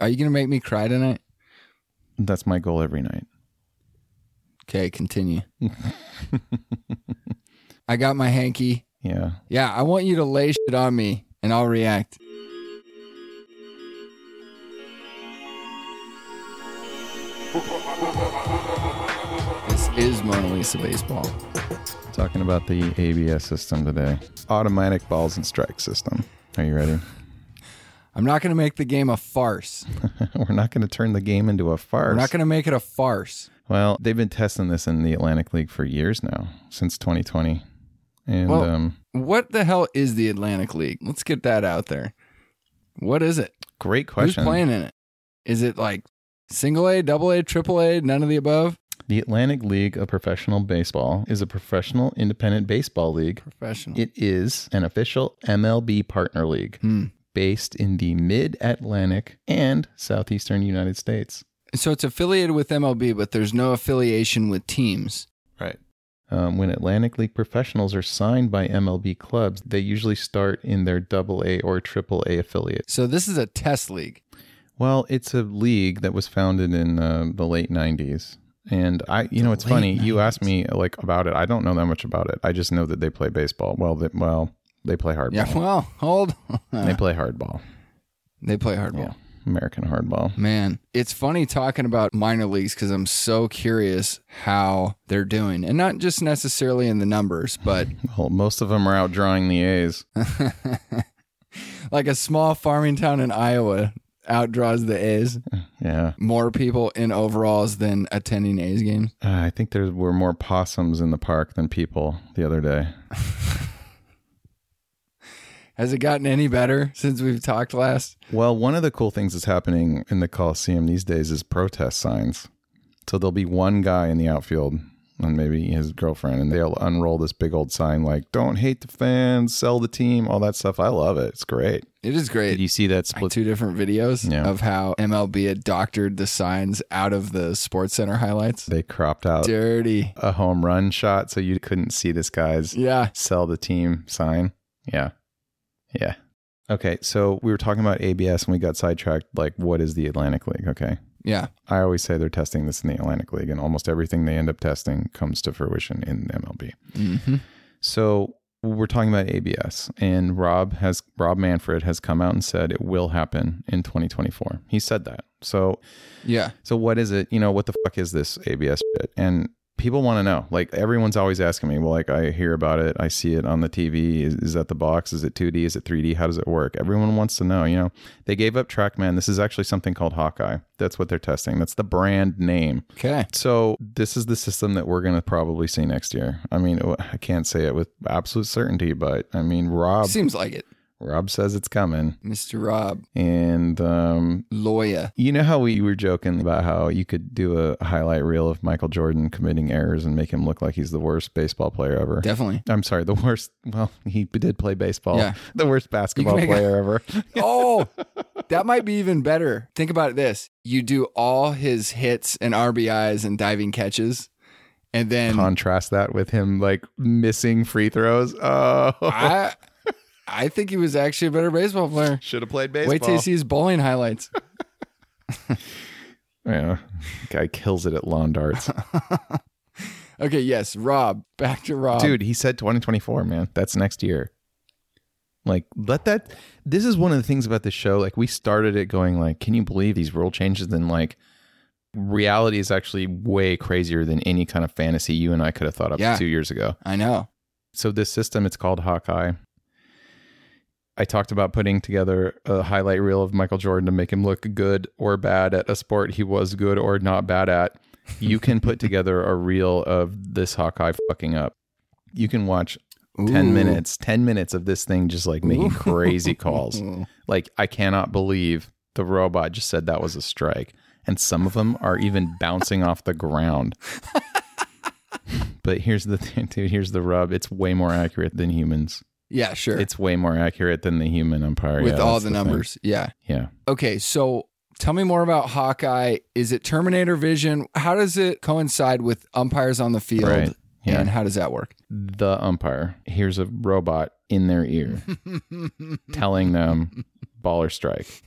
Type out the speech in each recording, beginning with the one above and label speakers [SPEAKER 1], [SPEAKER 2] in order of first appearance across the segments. [SPEAKER 1] Are you gonna make me cry tonight?
[SPEAKER 2] That's my goal every night.
[SPEAKER 1] Okay, continue. I got my hanky.
[SPEAKER 2] Yeah.
[SPEAKER 1] Yeah, I want you to lay shit on me and I'll react. This is Mona Lisa Baseball.
[SPEAKER 2] Talking about the ABS system today. Automatic balls and strike system. Are you ready?
[SPEAKER 1] I'm not going to make the game a farce.
[SPEAKER 2] We're not going to turn the game into a farce.
[SPEAKER 1] I'm not going to make it a farce.
[SPEAKER 2] Well, they've been testing this in the Atlantic League for years now, since 2020. And
[SPEAKER 1] Well-
[SPEAKER 2] um,
[SPEAKER 1] What the hell is the Atlantic League? Let's get that out there. What is it?
[SPEAKER 2] great question.
[SPEAKER 1] Who's playing in it? Is it like single A, double A, triple A, none of the above?
[SPEAKER 2] The Atlantic League of Professional Baseball is a professional independent baseball league.
[SPEAKER 1] Professional.
[SPEAKER 2] It is an official MLB partner league
[SPEAKER 1] Hmm.
[SPEAKER 2] based in the mid Atlantic and southeastern United States.
[SPEAKER 1] So it's affiliated with MLB, but there's no affiliation with teams.
[SPEAKER 2] Right. Um, when Atlantic League professionals are signed by MLB clubs, they usually start in their AA or AAA affiliate.
[SPEAKER 1] So this is a test league.
[SPEAKER 2] Well, it's a league that was founded in uh, the late '90s, and I, you know, it's
[SPEAKER 1] late
[SPEAKER 2] funny. You asked me like about it. I don't know that much about it. I just know that they play baseball. Well, they, well, they play hardball.
[SPEAKER 1] Yeah. Well, hold.
[SPEAKER 2] They play hardball.
[SPEAKER 1] they play hardball.
[SPEAKER 2] American hardball.
[SPEAKER 1] Man, it's funny talking about minor leagues because I'm so curious how they're doing, and not just necessarily in the numbers, but
[SPEAKER 2] Well, most of them are out drawing the A's.
[SPEAKER 1] like a small farming town in Iowa outdraws the A's.
[SPEAKER 2] Yeah,
[SPEAKER 1] More people in overalls than attending A's games.
[SPEAKER 2] uh, I think there were more possums in the park than people the other day.
[SPEAKER 1] Has it gotten any better since we've talked last?
[SPEAKER 2] Well, one of the cool things that's happening in the Coliseum these days is protest signs. So there'll be one guy in the outfield and maybe his girlfriend, and they'll unroll this big old sign like, don't hate the fans, sell the team, all that stuff. I love it. It's great.
[SPEAKER 1] It is great.
[SPEAKER 2] Did you see that split?
[SPEAKER 1] two different videos
[SPEAKER 2] Yeah.
[SPEAKER 1] of how MLB had doctored the signs out of the Sports Center highlights.
[SPEAKER 2] They cropped out
[SPEAKER 1] Dirty.
[SPEAKER 2] a home run shot so you couldn't see this guy's
[SPEAKER 1] Yeah.
[SPEAKER 2] sell the team sign. Yeah. Yeah. Okay. So we were talking about ABS and we got sidetracked. Like, what is the Atlantic League? Okay.
[SPEAKER 1] Yeah.
[SPEAKER 2] I always say they're testing this in the Atlantic League, and almost everything they end up testing comes to fruition in MLB.
[SPEAKER 1] hmm
[SPEAKER 2] So we're talking about ABS, and Rob has Rob Manfred has come out and said it will happen in 2024. He said that. So
[SPEAKER 1] Yeah.
[SPEAKER 2] so what is it? You know what the fuck is this ABS shit? And people want to know. Like everyone's always asking me. Well, like I hear about it, I see it on the TV. Is, is that the box? Is it 2D? Is it 3D? How does it work? Everyone wants to know. You know they gave up TrackMan. This is actually something called Hawkeye. That's what they're testing. That's the brand name.
[SPEAKER 1] Okay.
[SPEAKER 2] So this is the system that we're going to probably see next year. I mean, I can't say it with absolute certainty, but I mean, Rob
[SPEAKER 1] Seems like it.
[SPEAKER 2] Rob says it's coming,
[SPEAKER 1] Mr. Rob
[SPEAKER 2] and um,
[SPEAKER 1] Loya.
[SPEAKER 2] you know how we were joking about how you could do a highlight reel of Michael Jordan committing errors and make him look like he's the worst baseball player ever.
[SPEAKER 1] Definitely.
[SPEAKER 2] I'm sorry, the worst. Well, he did play baseball.
[SPEAKER 1] Yeah.
[SPEAKER 2] The worst basketball
[SPEAKER 1] make a-
[SPEAKER 2] player ever.
[SPEAKER 1] Oh, that might be even better. Think about this. You do all his hits and RBIs and diving catches, and then
[SPEAKER 2] Contrast that with him like missing free throws. Oh,
[SPEAKER 1] I, I think he was actually a better baseball player.
[SPEAKER 2] should have played baseball.
[SPEAKER 1] Wait till you see his bowling highlights.
[SPEAKER 2] Yeah. Guy kills it at lawn darts.
[SPEAKER 1] Okay. Yes. Rob. Back to Rob.
[SPEAKER 2] Dude, he said 2024, man. That's next year. Like, let that. This is one of the things about the show. Like, we started it going, like, can you believe these rule changes? And, like, reality is actually way crazier than any kind of fantasy you and I could have thought of
[SPEAKER 1] Yeah.
[SPEAKER 2] two years ago.
[SPEAKER 1] I know.
[SPEAKER 2] So, this system, it's called Hawkeye. I talked about putting together a highlight reel of Michael Jordan to make him look good or bad at a sport he was good or not bad at. You can put together a reel of this Hawkeye fucking up. You can watch 10
[SPEAKER 1] Ooh.
[SPEAKER 2] minutes 10 minutes of this thing just like making crazy calls like i cannot believe the robot just said that was a strike and some of them are even bouncing off the ground but here's the thing dude here's the rub it's way more accurate than humans
[SPEAKER 1] Yeah, sure.
[SPEAKER 2] it's way more accurate than the human umpire
[SPEAKER 1] With
[SPEAKER 2] Yeah,
[SPEAKER 1] all
[SPEAKER 2] that's
[SPEAKER 1] the
[SPEAKER 2] thing.
[SPEAKER 1] numbers. Yeah.
[SPEAKER 2] yeah
[SPEAKER 1] Okay, so tell me more about Hawkeye. Is it Terminator Vision? How does it coincide with umpires on the field?
[SPEAKER 2] Right, yeah.
[SPEAKER 1] And how does that work?
[SPEAKER 2] the umpire hears a robot in their
[SPEAKER 1] Oh
[SPEAKER 2] ear telling them ball or strike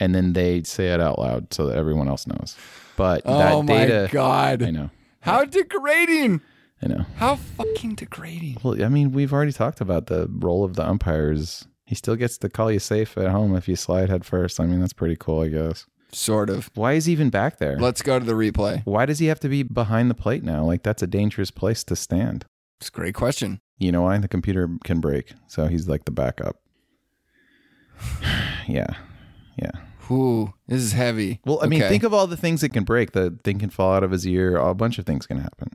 [SPEAKER 2] and then they say it out loud so that everyone else knows. But
[SPEAKER 1] Oh
[SPEAKER 2] that
[SPEAKER 1] my
[SPEAKER 2] data,
[SPEAKER 1] god.
[SPEAKER 2] I know,
[SPEAKER 1] How degrading.
[SPEAKER 2] I know.
[SPEAKER 1] How fucking degrading.
[SPEAKER 2] Well, I mean, we've already talked about the role of the umpires. He still gets to call you safe at home if you slide head first. I mean, that's pretty cool, I guess.
[SPEAKER 1] Sort of.
[SPEAKER 2] Why is he even back there?
[SPEAKER 1] Let's go to the replay.
[SPEAKER 2] Why does he have to be behind the plate now? Like, that's a dangerous place to stand.
[SPEAKER 1] It's a great question.
[SPEAKER 2] You know why? The computer can break. So he's like the backup. yeah. Yeah.
[SPEAKER 1] Whew, this is heavy.
[SPEAKER 2] Well, I mean,
[SPEAKER 1] Okay.
[SPEAKER 2] think of all the things that can break. The thing can fall out of his ear. A bunch of things can happen.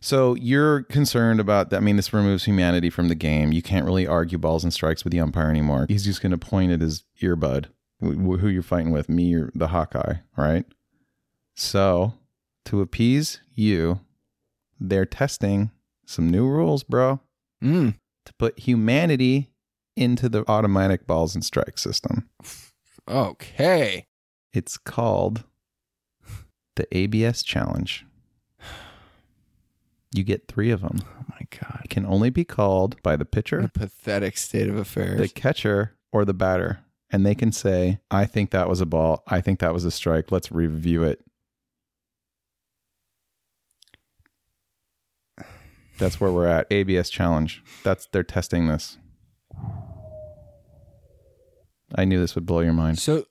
[SPEAKER 2] So you're concerned about that. I mean, this removes humanity from the game. You can't really argue balls and strikes with the umpire anymore. He's just going to point at his earbud, wh- who you're fighting with, me or the Hawkeye, right? So to appease you, they're testing some new rules, bro,
[SPEAKER 1] Mm.
[SPEAKER 2] to put humanity into the automatic balls and strikes system.
[SPEAKER 1] Okay.
[SPEAKER 2] It's called the ABS challenge. You get three of them.
[SPEAKER 1] Oh my god.
[SPEAKER 2] It can only be called by
[SPEAKER 1] What
[SPEAKER 2] the
[SPEAKER 1] a
[SPEAKER 2] pitcher,
[SPEAKER 1] pathetic state of affairs.
[SPEAKER 2] the catcher, or the batter. And they can say, I think that was a ball. I think that was a strike. Let's review it. That's where we're at. ABS challenge. That's they're testing this. I knew this would blow your mind.
[SPEAKER 1] so,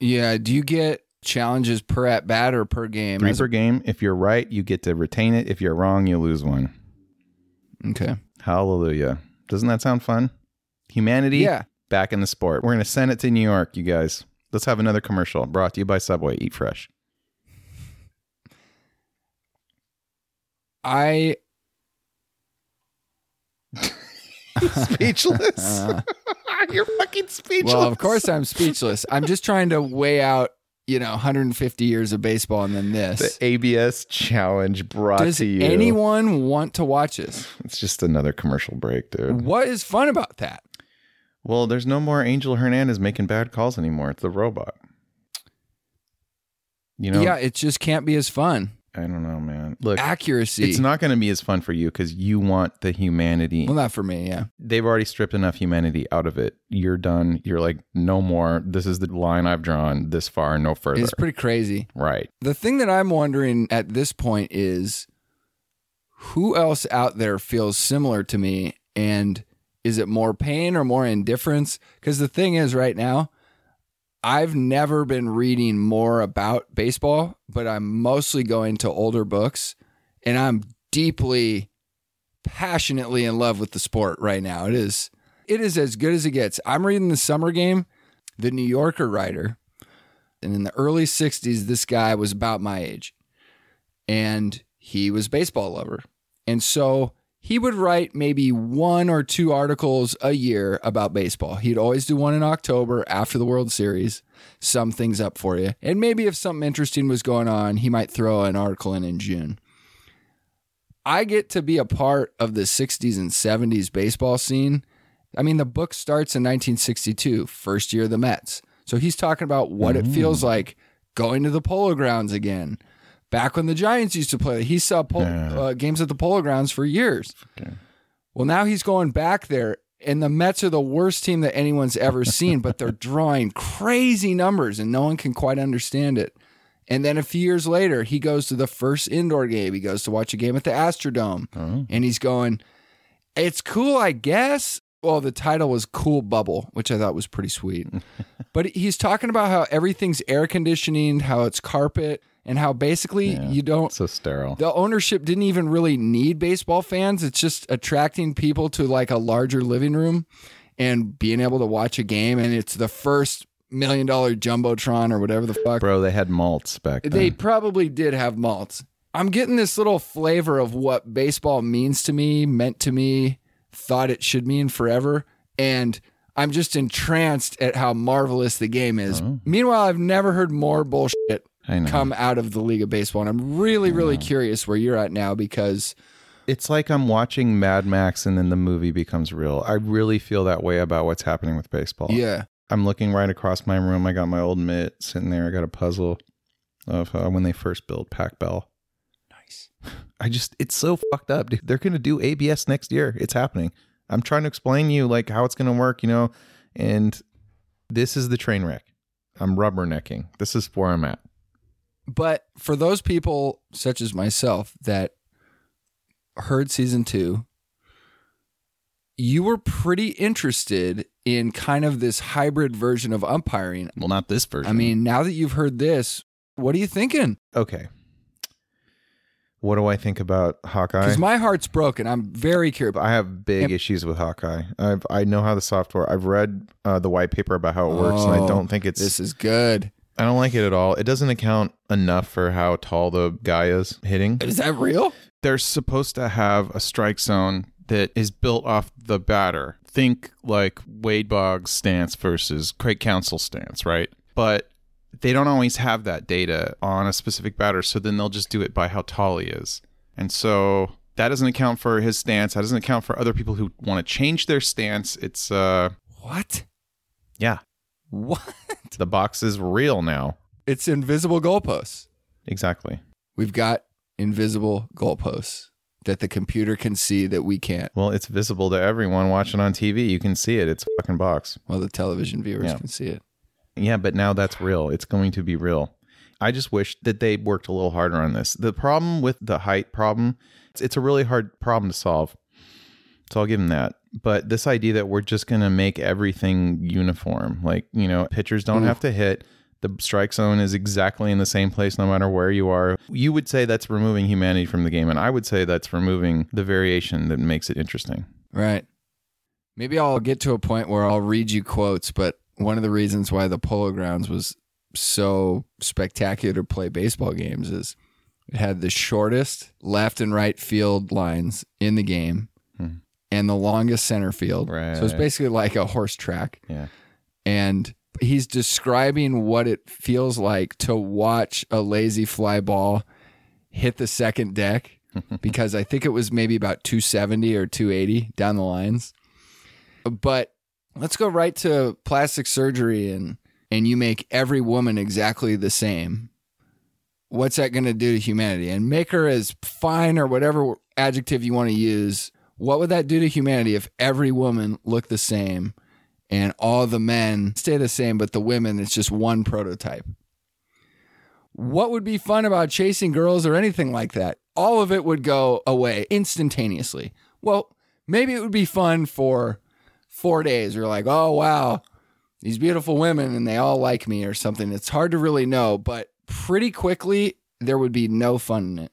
[SPEAKER 1] yeah, do you get challenges per at bat or per game?
[SPEAKER 2] Three
[SPEAKER 1] As-
[SPEAKER 2] per game. If you're right, you get to retain it. If you're wrong, you lose one.
[SPEAKER 1] okay.
[SPEAKER 2] Hallelujah. Doesn't that sound fun? Humanity
[SPEAKER 1] Yeah.
[SPEAKER 2] back in the sport. We're going to send it to New York, you guys. Let's have another commercial brought to you by Subway. Eat fresh.
[SPEAKER 1] I
[SPEAKER 2] Speechless. you're fucking speechless.
[SPEAKER 1] well, of uh, course I'm speechless. I'm just trying to weigh out, you know, 150 years of baseball and then
[SPEAKER 2] The
[SPEAKER 1] this.
[SPEAKER 2] ABS challenge brought
[SPEAKER 1] Does
[SPEAKER 2] to you.
[SPEAKER 1] anyone want to watch this?
[SPEAKER 2] it's just another commercial break, dude.
[SPEAKER 1] What is fun about that?
[SPEAKER 2] Well, there's no more Angel Hernandez making bad calls anymore. It's the robot. You know,
[SPEAKER 1] Yeah, it just can't be as fun.
[SPEAKER 2] I don't know, man. Look,
[SPEAKER 1] Accuracy.
[SPEAKER 2] It's not going to be as fun for you because you want the humanity.
[SPEAKER 1] well, not for me. Yeah.
[SPEAKER 2] They've already stripped enough humanity out of it. You're done. You're like, no more. This is the line I've drawn this far, no further.
[SPEAKER 1] It's pretty crazy.
[SPEAKER 2] right.
[SPEAKER 1] The thing that I'm wondering at this point is who else out there feels similar to me? And is it more pain or more indifference? Because the thing is, right now, I've never been reading more about baseball, but I'm mostly going to older books and I'm deeply, passionately in love with the sport right now. It is. It is as good as it gets. I'm reading the summer game, the New Yorker writer, and in the early 60s, this guy was about my age and he was a baseball lover. And so he would write maybe one or two articles a year about baseball. He'd always do one in October after the World Series, sum things up for you. And maybe if something interesting was going on, he might throw an article in in June. I get to be a part of the 60s and 70s baseball scene. I mean, the book starts in 1962, first year of the Mets. So he's talking about what it feels like going to the polo grounds again. Back when the Giants used to play, he saw pol-
[SPEAKER 2] Yeah.
[SPEAKER 1] uh, games at the polo grounds for years. Well, now he's going back there, and the Mets are the worst team that anyone's ever seen, but they're drawing crazy numbers, and no one can quite understand it. And then a few years later, he goes to the first indoor game. He goes to watch a game at the Astrodome,
[SPEAKER 2] Oh.
[SPEAKER 1] and he's going, It's cool, I guess. Well, the title was Cool Bubble, which I thought was pretty sweet. but he's talking about how everything's air conditioning, how it's carpet, and how basically
[SPEAKER 2] Yeah.
[SPEAKER 1] you don't
[SPEAKER 2] So sterile.
[SPEAKER 1] the ownership didn't even really need baseball fans. It's just attracting people to like a larger living room and being able to watch a game. And it's the first million dollar jumbotron or whatever the fuck.
[SPEAKER 2] Bro, they had malts back then.
[SPEAKER 1] They probably did have malts. I'm getting this little flavor of what baseball means to me, meant to me, thought it should mean forever. And I'm just entranced at how marvelous the game is.
[SPEAKER 2] Oh. Uh-huh.
[SPEAKER 1] Meanwhile, I've never heard more bullshit
[SPEAKER 2] I know.
[SPEAKER 1] come out of the League of Baseball. And I'm really, really curious where you're at now because
[SPEAKER 2] It's like I'm watching Mad Max and then the movie becomes real. I really feel that way about what's happening with baseball.
[SPEAKER 1] yeah,
[SPEAKER 2] I'm looking right across my room. I got my old mitt sitting there. I got a puzzle of uh, when they first built Pac Bell.
[SPEAKER 1] nice.
[SPEAKER 2] I just it's so fucked up, dude. They're gonna do ABS next year. It's happening. I'm trying to explain you like how it's gonna work, you know, and this is the train wreck. I'm rubbernecking. This is where I'm at.
[SPEAKER 1] But for those people, such as myself, that heard season two, you were pretty interested in kind of this hybrid version of umpiring.
[SPEAKER 2] Well, not this version.
[SPEAKER 1] I mean, now that you've heard this, what are you thinking?
[SPEAKER 2] okay. What do I think about Hawkeye?
[SPEAKER 1] Because my heart's broken. I'm very curious.
[SPEAKER 2] I have big
[SPEAKER 1] Yep.
[SPEAKER 2] issues with Hawkeye. I've, I know how the software. I've read uh, the white paper about how it works, and I
[SPEAKER 1] Oh,
[SPEAKER 2] don't think it's.
[SPEAKER 1] This is good.
[SPEAKER 2] I don't like it at all. It doesn't account enough for how tall the guy is hitting.
[SPEAKER 1] Is that real?
[SPEAKER 2] They're supposed to have a strike zone that is built off the batter. Think like Wade Boggs' stance versus Craig Council's stance, right? But they don't always have that data on a specific batter, so then they'll just do it by how tall he is. And so that doesn't account for his stance. That doesn't account for other people who want to change their stance. It's uh
[SPEAKER 1] What?
[SPEAKER 2] yeah.
[SPEAKER 1] What?
[SPEAKER 2] The box is real now.
[SPEAKER 1] It's invisible goalposts.
[SPEAKER 2] Exactly.
[SPEAKER 1] We've got invisible goalposts that the computer can see that we can't.
[SPEAKER 2] Well, it's visible to everyone watching on TV. You can see it. It's a fucking box.
[SPEAKER 1] Well, the television viewers
[SPEAKER 2] Yeah.
[SPEAKER 1] can see it.
[SPEAKER 2] Yeah, but now that's real. It's going to be real. I just wish that they worked a little harder on this. The problem with the height problem, it's, it's a really hard problem to solve. So I'll give them that. But this idea that we're just going to make everything uniform, like, you know, pitchers don't
[SPEAKER 1] Ooh.
[SPEAKER 2] have to hit. The strike zone is exactly in the same place no matter where you are. You would say that's removing humanity from the game. And I would say that's removing the variation that makes it interesting.
[SPEAKER 1] Right. Maybe I'll get to a point where I'll read you quotes, but one of the reasons why the Polo Grounds was so spectacular to play baseball games is it had the shortest left and right field lines in the game
[SPEAKER 2] Hmm.
[SPEAKER 1] and the longest center field. So it's
[SPEAKER 2] Right.
[SPEAKER 1] basically like a horse track.
[SPEAKER 2] Yeah.
[SPEAKER 1] And he's describing what it feels like to watch a lazy fly ball hit the second deck because I think it was maybe about 270 or 280 down the lines. But let's go right to plastic surgery and and you make every woman exactly the same. What's that going to do to humanity? And make her as fine or whatever adjective you want to use. What would that do to humanity if every woman looked the same and all the men stay the same, but the women, it's just one prototype? What would be fun about chasing girls or anything like that? All of it would go away instantaneously. Well, maybe it would be fun for four days. You're like, oh, wow, these beautiful women and they all like me or something. It's hard to really know, but pretty quickly, there would be no fun in it.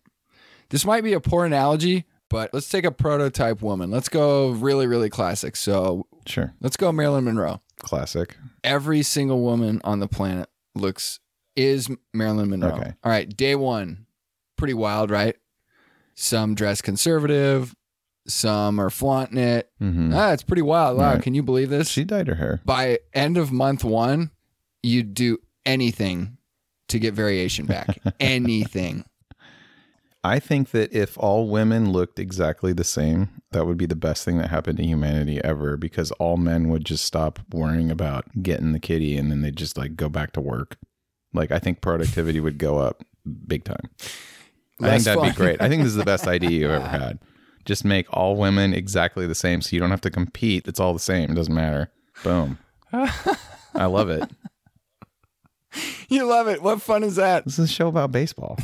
[SPEAKER 1] This might be a poor analogy, but let's take a prototype woman. Let's go really, really classic. So
[SPEAKER 2] Sure.
[SPEAKER 1] let's go Marilyn Monroe
[SPEAKER 2] Classic.
[SPEAKER 1] every single woman on the planet looks is Marilyn Monroe.
[SPEAKER 2] Okay.
[SPEAKER 1] All right, day one, pretty wild, right? Some dress conservative, some are flaunting it.
[SPEAKER 2] hmm
[SPEAKER 1] Ah, it's pretty wild. Wow,
[SPEAKER 2] Right.
[SPEAKER 1] can you believe this?
[SPEAKER 2] She dyed her hair.
[SPEAKER 1] By end of month one, you'd do anything to get variation back. anything.
[SPEAKER 2] I think that if all women looked exactly the same, that would be the best thing that happened to humanity ever because all men would just stop worrying about getting the kitty and then they'd just like go back to work. Like, I think productivity would go up big time. I think
[SPEAKER 1] Less
[SPEAKER 2] that'd be
[SPEAKER 1] fun.
[SPEAKER 2] great. I think this is the best idea you've ever had. Just make all women exactly the same so you don't have to compete. It's all the same. It doesn't matter. Boom. I love it.
[SPEAKER 1] You love it. What fun is that?
[SPEAKER 2] This is a show about baseball.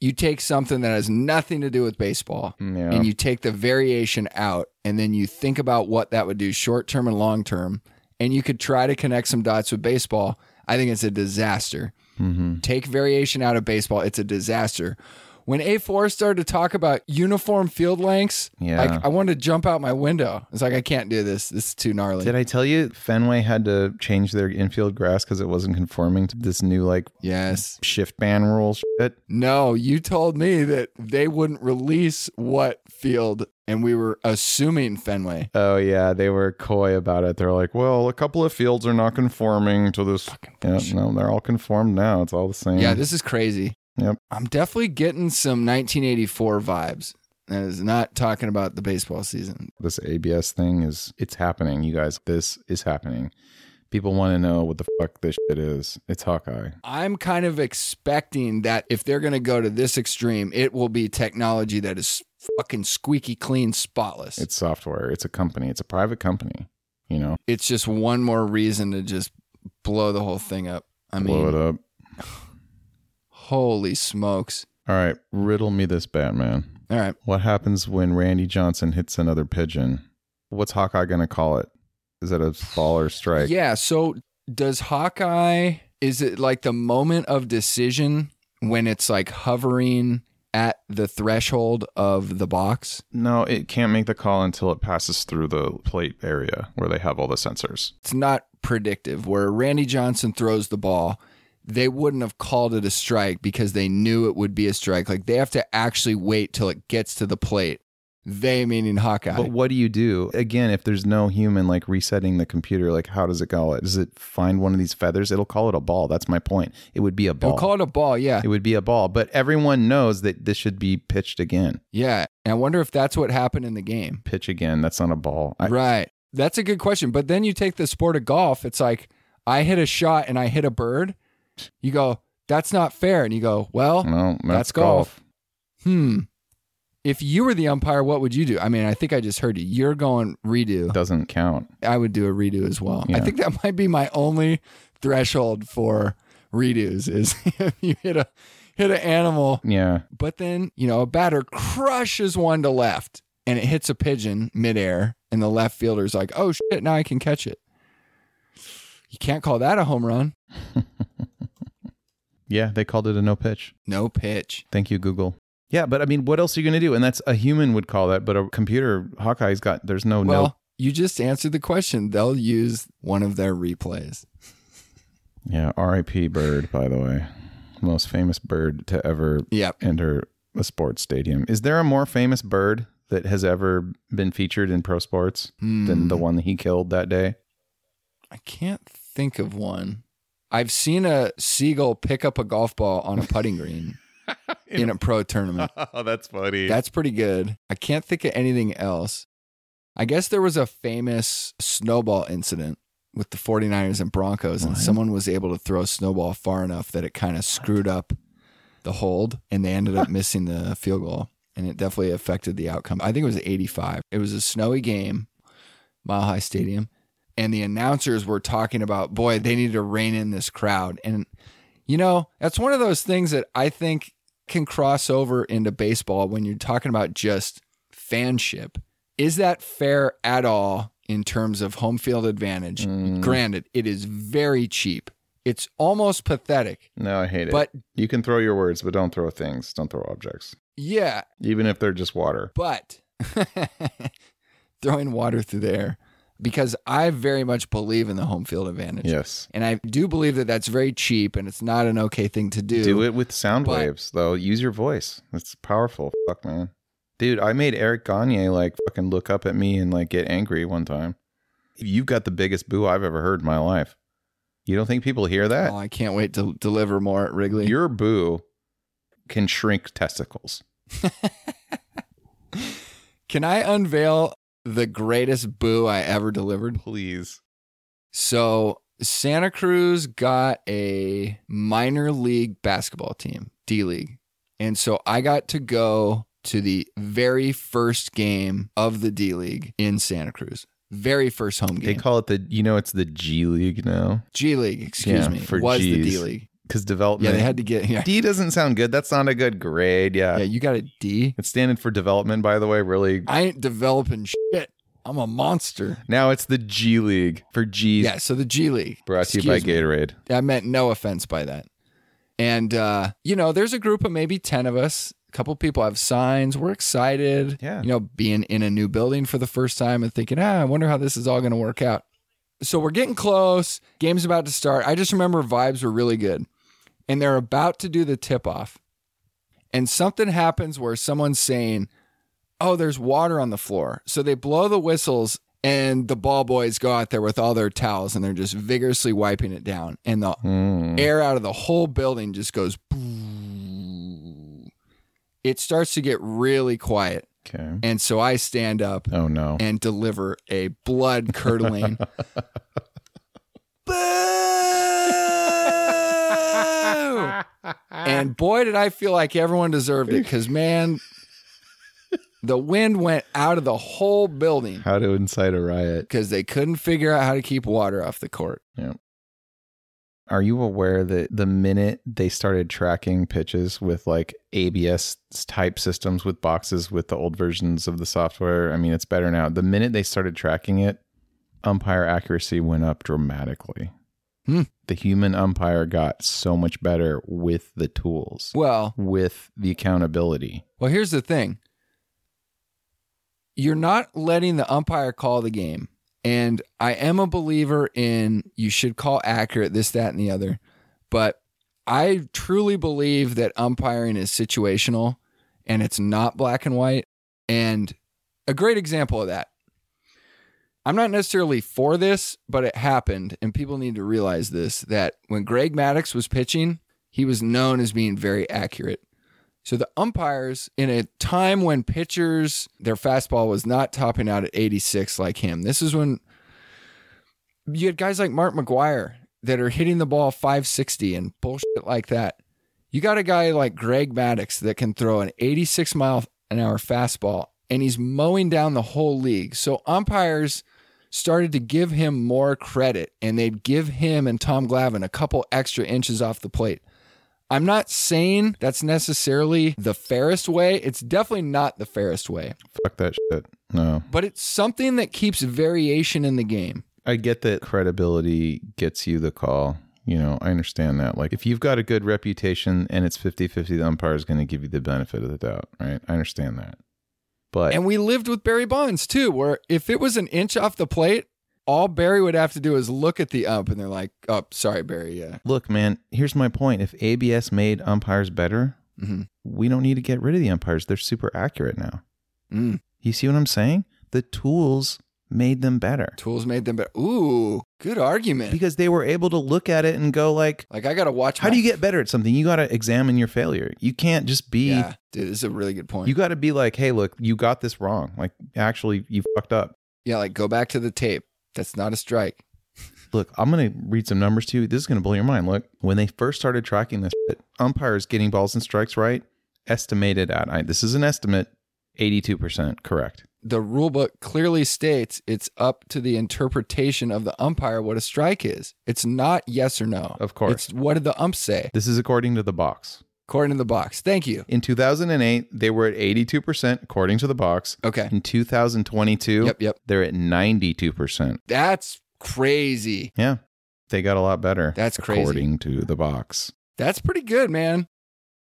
[SPEAKER 1] You take something that has nothing to do with baseball.
[SPEAKER 2] Yeah.
[SPEAKER 1] and you take the variation out and then you think about what that would do short term and long term and you could try to connect some dots with baseball i think it's a disaster
[SPEAKER 2] hmm
[SPEAKER 1] take variation out of baseball it's a disaster when a4 started to talk about uniform field lengths
[SPEAKER 2] Yeah.
[SPEAKER 1] like i wanted to jump out my window it's like i can't do this this is too gnarly
[SPEAKER 2] Did I tell you Fenway had to change their infield grass because it wasn't conforming to this new like
[SPEAKER 1] yes
[SPEAKER 2] shift ban rule shit?
[SPEAKER 1] no you told me that they wouldn't release what field and we were assuming fenway
[SPEAKER 2] Oh yeah, they were coy about it. They're like, well, a couple of fields are not conforming to this. Yeah, no, they're all conformed now. It's all the same.
[SPEAKER 1] Yeah, this is crazy.
[SPEAKER 2] Yep.
[SPEAKER 1] I'm definitely getting some 1984 vibes. That is not talking about the baseball season.
[SPEAKER 2] this ABS thing is it's happening, you guys. This is happening. People want to know what the fuck this shit is. It's Hawkeye.
[SPEAKER 1] I'm kind of expecting that if they're going to go to this extreme, it will be technology that is fucking squeaky clean, spotless. It's,
[SPEAKER 2] It's software. It's a company. It's a private company. You know.
[SPEAKER 1] just one more reason to just blow the whole thing up. I
[SPEAKER 2] blow it
[SPEAKER 1] mean,
[SPEAKER 2] up.
[SPEAKER 1] holy smokes.
[SPEAKER 2] All right, riddle me this, Batman.
[SPEAKER 1] All right.
[SPEAKER 2] What happens when Randy Johnson hits another pigeon? What's Hawkeye gonna call it? Is it a ball or strike?
[SPEAKER 1] Yeah. So does Hawkeye, is it like the moment of decision when it's like hovering at the threshold of the box?
[SPEAKER 2] No, it can't make the call until it passes through the plate area where they have all the sensors.
[SPEAKER 1] It's not predictive. Where Randy Johnson throws the ball, they wouldn't have called it a strike because they knew it would be a strike. Like they have to actually wait till it gets to the plate. They meaning Hawkeye.
[SPEAKER 2] But what do you do? Again, if there's no human like resetting the computer, like how does it call it? Does it find one of these feathers? It'll call it a ball. That's my point. It would be a
[SPEAKER 1] They'll
[SPEAKER 2] ball.
[SPEAKER 1] call it a ball, yeah.
[SPEAKER 2] it would be a ball, but everyone knows that this should be pitched again.
[SPEAKER 1] Yeah. And I wonder if that's what happened in the game.
[SPEAKER 2] Pitch again. That's not a ball. I,
[SPEAKER 1] right. That's a good question. But then you take the sport of golf, it's like I hit a shot and I hit a bird. You go, that's not fair. And you go, well,
[SPEAKER 2] no, that's,
[SPEAKER 1] That's golf.
[SPEAKER 2] golf.
[SPEAKER 1] hmm. If you were the umpire, what would you do? I mean, I think I just heard you. You're going redo.
[SPEAKER 2] Doesn't count.
[SPEAKER 1] I would do a redo as well. I
[SPEAKER 2] Yeah.
[SPEAKER 1] think that might be my only threshold for redos is if you hit a hit an animal
[SPEAKER 2] Yeah.
[SPEAKER 1] But then, you know, a batter crushes one to left and it hits a pigeon midair, and the left fielder's like, oh shit, now I can catch it. You can't call that a home run.
[SPEAKER 2] Yeah, they called it a no pitch.
[SPEAKER 1] No pitch.
[SPEAKER 2] Thank you, Google. Yeah, but I mean, what else are you going to do? And that's a human would call that, but a computer, Hawkeye's got, there's Oh, no
[SPEAKER 1] well,
[SPEAKER 2] no.
[SPEAKER 1] you just answered the question. They'll use one of their replays.
[SPEAKER 2] Yeah, RIP Bird, by the way. Most famous bird to ever
[SPEAKER 1] Yep.
[SPEAKER 2] enter a sports stadium. Is there a more famous bird that has ever been featured in pro sports than
[SPEAKER 1] Mm.
[SPEAKER 2] the one that he killed that day?
[SPEAKER 1] Hmm. I can't think of one. I've seen a seagull pick up a golf ball on a putting green in a pro tournament.
[SPEAKER 2] Oh, that's funny.
[SPEAKER 1] That's pretty good. I can't think of anything else. I guess there was a famous snowball incident with the 49ers and Broncos, and
[SPEAKER 2] What?
[SPEAKER 1] someone was able to throw a snowball far enough that it kind of screwed up the hold, and they ended up missing the field goal. And it definitely affected the outcome. I think it was 85. It was a snowy game, Mile High Stadium, and the announcers were talking about, boy, they need to rein in this crowd. And, you know, that's one of those things that I think can cross over into baseball when you're talking about just fanship. Is that fair at all in terms of home field advantage?
[SPEAKER 2] Mm.
[SPEAKER 1] Granted, it is very cheap. It's almost pathetic.
[SPEAKER 2] no, I hate it.
[SPEAKER 1] But
[SPEAKER 2] you can throw your words, but don't throw things. Don't throw objects,
[SPEAKER 1] yeah,
[SPEAKER 2] even if they're just water.
[SPEAKER 1] but throwing water through the air because I very much believe in the home field advantage.
[SPEAKER 2] Yes.
[SPEAKER 1] And I do believe that that's very cheap and it's not an okay thing to do.
[SPEAKER 2] Do it with sound
[SPEAKER 1] But-
[SPEAKER 2] waves, though. Use your voice. That's powerful. Fuck, man. Dude, I made Eric Gagne like fucking look up at me and like get angry one time. You've got the biggest boo I've ever heard in my life. You don't think people hear that?
[SPEAKER 1] Oh, I can't wait to deliver more at Wrigley.
[SPEAKER 2] Your boo can shrink testicles.
[SPEAKER 1] Can I unveil the greatest boo I ever delivered?
[SPEAKER 2] Please.
[SPEAKER 1] So, Santa Cruz got a minor league basketball team, D League. And so I got to go to the very first game of the D League in Santa Cruz. Very first home
[SPEAKER 2] They
[SPEAKER 1] game.
[SPEAKER 2] call it the, you know, it's the G League now
[SPEAKER 1] G League, excuse
[SPEAKER 2] Yeah,
[SPEAKER 1] me.
[SPEAKER 2] for
[SPEAKER 1] was the
[SPEAKER 2] Gs.
[SPEAKER 1] D League.
[SPEAKER 2] because
[SPEAKER 1] Yeah,
[SPEAKER 2] development.
[SPEAKER 1] they had to get yeah.
[SPEAKER 2] D doesn't sound good. That's not a good grade. Yeah.
[SPEAKER 1] Yeah, you got a D.
[SPEAKER 2] It's standing for development, by the way. Really.
[SPEAKER 1] I ain't developing shit. I'm a monster.
[SPEAKER 2] Now it's the G League for G's.
[SPEAKER 1] Yeah, so the G League.
[SPEAKER 2] Brought to you by
[SPEAKER 1] Excuse me.
[SPEAKER 2] Gatorade.
[SPEAKER 1] I meant no offense by that. And uh, you know, there's a group of maybe ten of us. A couple people have signs. We're excited.
[SPEAKER 2] Yeah.
[SPEAKER 1] You know, being in a new building for the first time and thinking, ah, I wonder how this is all going to work out. So we're getting close. Game's about to start. I just remember vibes were really good, and they're about to do the tip off, and something happens where someone's saying, "Oh, there's water on the floor." So they blow the whistles. And the ball boys go out there with all their towels and they're just vigorously wiping it down. And the
[SPEAKER 2] Mm.
[SPEAKER 1] air out of the whole building just goes boo. it starts to get really quiet
[SPEAKER 2] Okay.
[SPEAKER 1] and so i stand up
[SPEAKER 2] Oh no.
[SPEAKER 1] and deliver a blood curdling boo Oh! and boy did i feel like everyone deserved it because man the wind went out of the whole building
[SPEAKER 2] How to incite a riot.
[SPEAKER 1] because they couldn't figure out how to keep water off the court
[SPEAKER 2] Yeah. Are you aware that the minute they started tracking pitches with like ABS type systems with boxes with the old versions of the software? I mean, it's better now. The minute they started tracking it, umpire accuracy went up dramatically.
[SPEAKER 1] Hmm.
[SPEAKER 2] The human umpire got so much better with the tools,
[SPEAKER 1] Well,
[SPEAKER 2] with the accountability.
[SPEAKER 1] well, here's the thing. You're not letting the umpire call the game. And I am a believer in you should call accurate this, that, and the other. But I truly believe that umpiring is situational and it's not black and white. And a great example of that. I'm not necessarily for this, but it happened. And people need to realize this that when Greg Maddox was pitching, he was known as being very accurate. So the umpires, in a time when pitchers, their fastball was not topping out at 86 like him, this is when you had guys like Mark McGuire that are hitting the ball 560 and bullshit like that. You got a guy like Greg Maddox that can throw an 86 mile an hour fastball and he's mowing down the whole league. So umpires started to give him more credit and they'd give him and Tom Glavine a couple extra inches off the plate. I'm not saying that's necessarily the fairest way. It's definitely not the fairest way,
[SPEAKER 2] Fuck that shit. No.
[SPEAKER 1] but it's something that keeps variation in the game.
[SPEAKER 2] I get that credibility gets you the call. You know, I understand that. Like, if you've got a good reputation and it's 50 50, the umpire is going to give you the benefit of the doubt, right? I understand that. But
[SPEAKER 1] And we lived with Barry Bonds too, where if it was an inch off the plate, all Barry would have to do is look at the ump and they're like, oh, sorry, Barry. Yeah.
[SPEAKER 2] look, man, here's my point. If ABS made umpires better,
[SPEAKER 1] hmm
[SPEAKER 2] we don't need to get rid of the umpires. They're super accurate now.
[SPEAKER 1] Mm.
[SPEAKER 2] You see what I'm saying? The tools made them better
[SPEAKER 1] Tools made them better. Ooh, good argument.
[SPEAKER 2] because they were able to look at it and go, like,
[SPEAKER 1] like, I got to watch.
[SPEAKER 2] how
[SPEAKER 1] my-
[SPEAKER 2] do you get better at something? You got to examine your failure. You can't just be
[SPEAKER 1] Yeah, dude, this is a really good point.
[SPEAKER 2] You got to be like, hey, look, you got this wrong. Like, actually, you fucked up.
[SPEAKER 1] yeah, like go back to the tape. That's not a strike.
[SPEAKER 2] Look, I'm going to read some numbers to you. This is going to blow your mind. Look, when they first started tracking this, shit, umpires getting balls and strikes right, estimated at, I, this is an estimate, 82% correct.
[SPEAKER 1] The rule book clearly states it's up to the interpretation of the umpire what a strike is. It's not yes or no.
[SPEAKER 2] Of course.
[SPEAKER 1] It's what did the ump say
[SPEAKER 2] This is according to the box.
[SPEAKER 1] according to the box. Thank you.
[SPEAKER 2] In 2008, they were at 82% according to the box.
[SPEAKER 1] Okay.
[SPEAKER 2] In 2022,
[SPEAKER 1] Yep, yep.
[SPEAKER 2] they're at 92%.
[SPEAKER 1] That's crazy.
[SPEAKER 2] Yeah. They got a lot better.
[SPEAKER 1] That's crazy.
[SPEAKER 2] According to the box.
[SPEAKER 1] That's pretty good, man.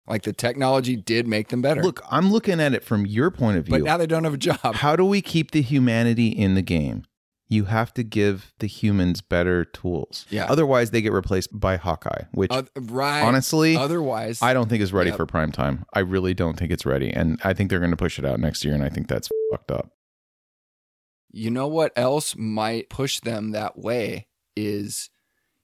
[SPEAKER 1] Like the technology did make them better.
[SPEAKER 2] Look, I'm looking at it from your point of view.
[SPEAKER 1] but now they don't have a job.
[SPEAKER 2] How do we keep the humanity in the game? You have to give the humans better tools.
[SPEAKER 1] Yeah.
[SPEAKER 2] Otherwise, they get replaced by Hawkeye, which
[SPEAKER 1] Oth- right.
[SPEAKER 2] honestly,
[SPEAKER 1] Otherwise,
[SPEAKER 2] I don't think is ready
[SPEAKER 1] Yep.
[SPEAKER 2] for prime time. I really don't think it's ready. And I think they're going to push it out next year. And I think that's fucked up.
[SPEAKER 1] You know what else might push them that way is,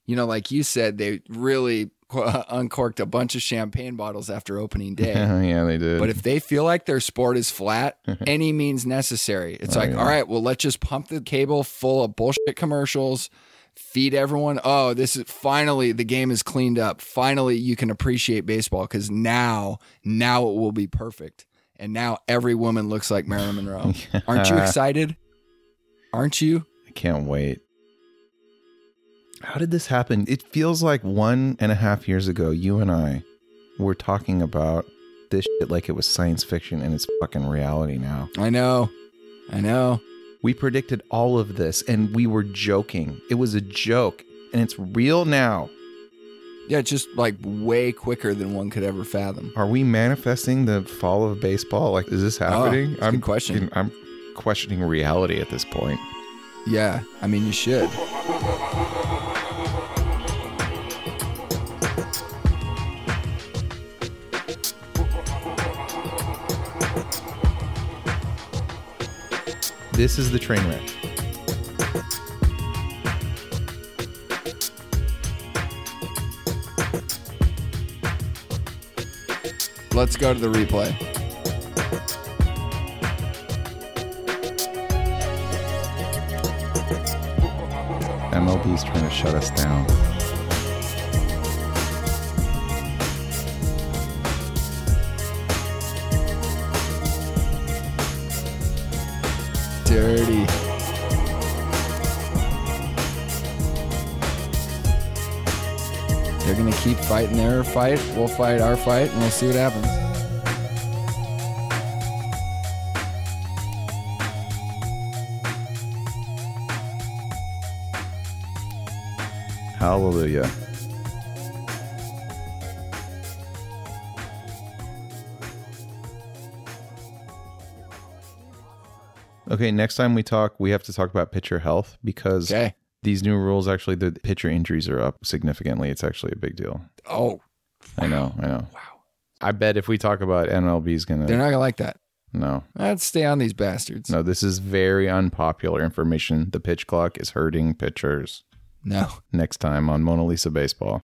[SPEAKER 1] you know, like you said, they really uncorked a bunch of champagne bottles after opening day.
[SPEAKER 2] Yeah, they did.
[SPEAKER 1] but if they feel like their sport is flat, any means necessary. It's
[SPEAKER 2] Oh,
[SPEAKER 1] like,
[SPEAKER 2] yeah.
[SPEAKER 1] all right, well, let's just pump the cable full of bullshit commercials, feed everyone. Oh, this is finally the game is cleaned up. Finally, you can appreciate baseball because now, now it will be perfect. And now every woman looks like Marilyn Monroe. Aren't
[SPEAKER 2] Uh,
[SPEAKER 1] you excited? Aren't you?
[SPEAKER 2] I can't wait. How did this happen? It feels like one and a half years ago, you and I were talking about this shit like it was science fiction and it's fucking reality now.
[SPEAKER 1] I know. I know.
[SPEAKER 2] We predicted all of this and we were joking. It was a joke and it's real now.
[SPEAKER 1] Yeah, it's just like way quicker than one could ever fathom.
[SPEAKER 2] Are we manifesting the fall of baseball? Like, is this happening?
[SPEAKER 1] Ah, that's a good question.
[SPEAKER 2] I'm questioning reality at this point.
[SPEAKER 1] Yeah, I mean, you should.
[SPEAKER 2] This is the train wreck.
[SPEAKER 1] Let's go to the replay.
[SPEAKER 2] MLB's trying to shut us down.
[SPEAKER 1] Dirty. They're going to keep fighting their fight. We'll fight our fight, and we'll see what happens.
[SPEAKER 2] Hallelujah. Okay, next time we talk, we have to talk about pitcher health because
[SPEAKER 1] Okay.
[SPEAKER 2] these new rules actually, the pitcher injuries are up significantly. It's actually a big deal.
[SPEAKER 1] Oh,
[SPEAKER 2] I know, I know.
[SPEAKER 1] wow.
[SPEAKER 2] I bet if we talk about MLB's gonna
[SPEAKER 1] They're not going to like that.
[SPEAKER 2] no,
[SPEAKER 1] Let's stay on these bastards.
[SPEAKER 2] no. This is very unpopular information. The pitch clock is hurting pitchers.
[SPEAKER 1] no.
[SPEAKER 2] Next time on Mona Lisa Baseball.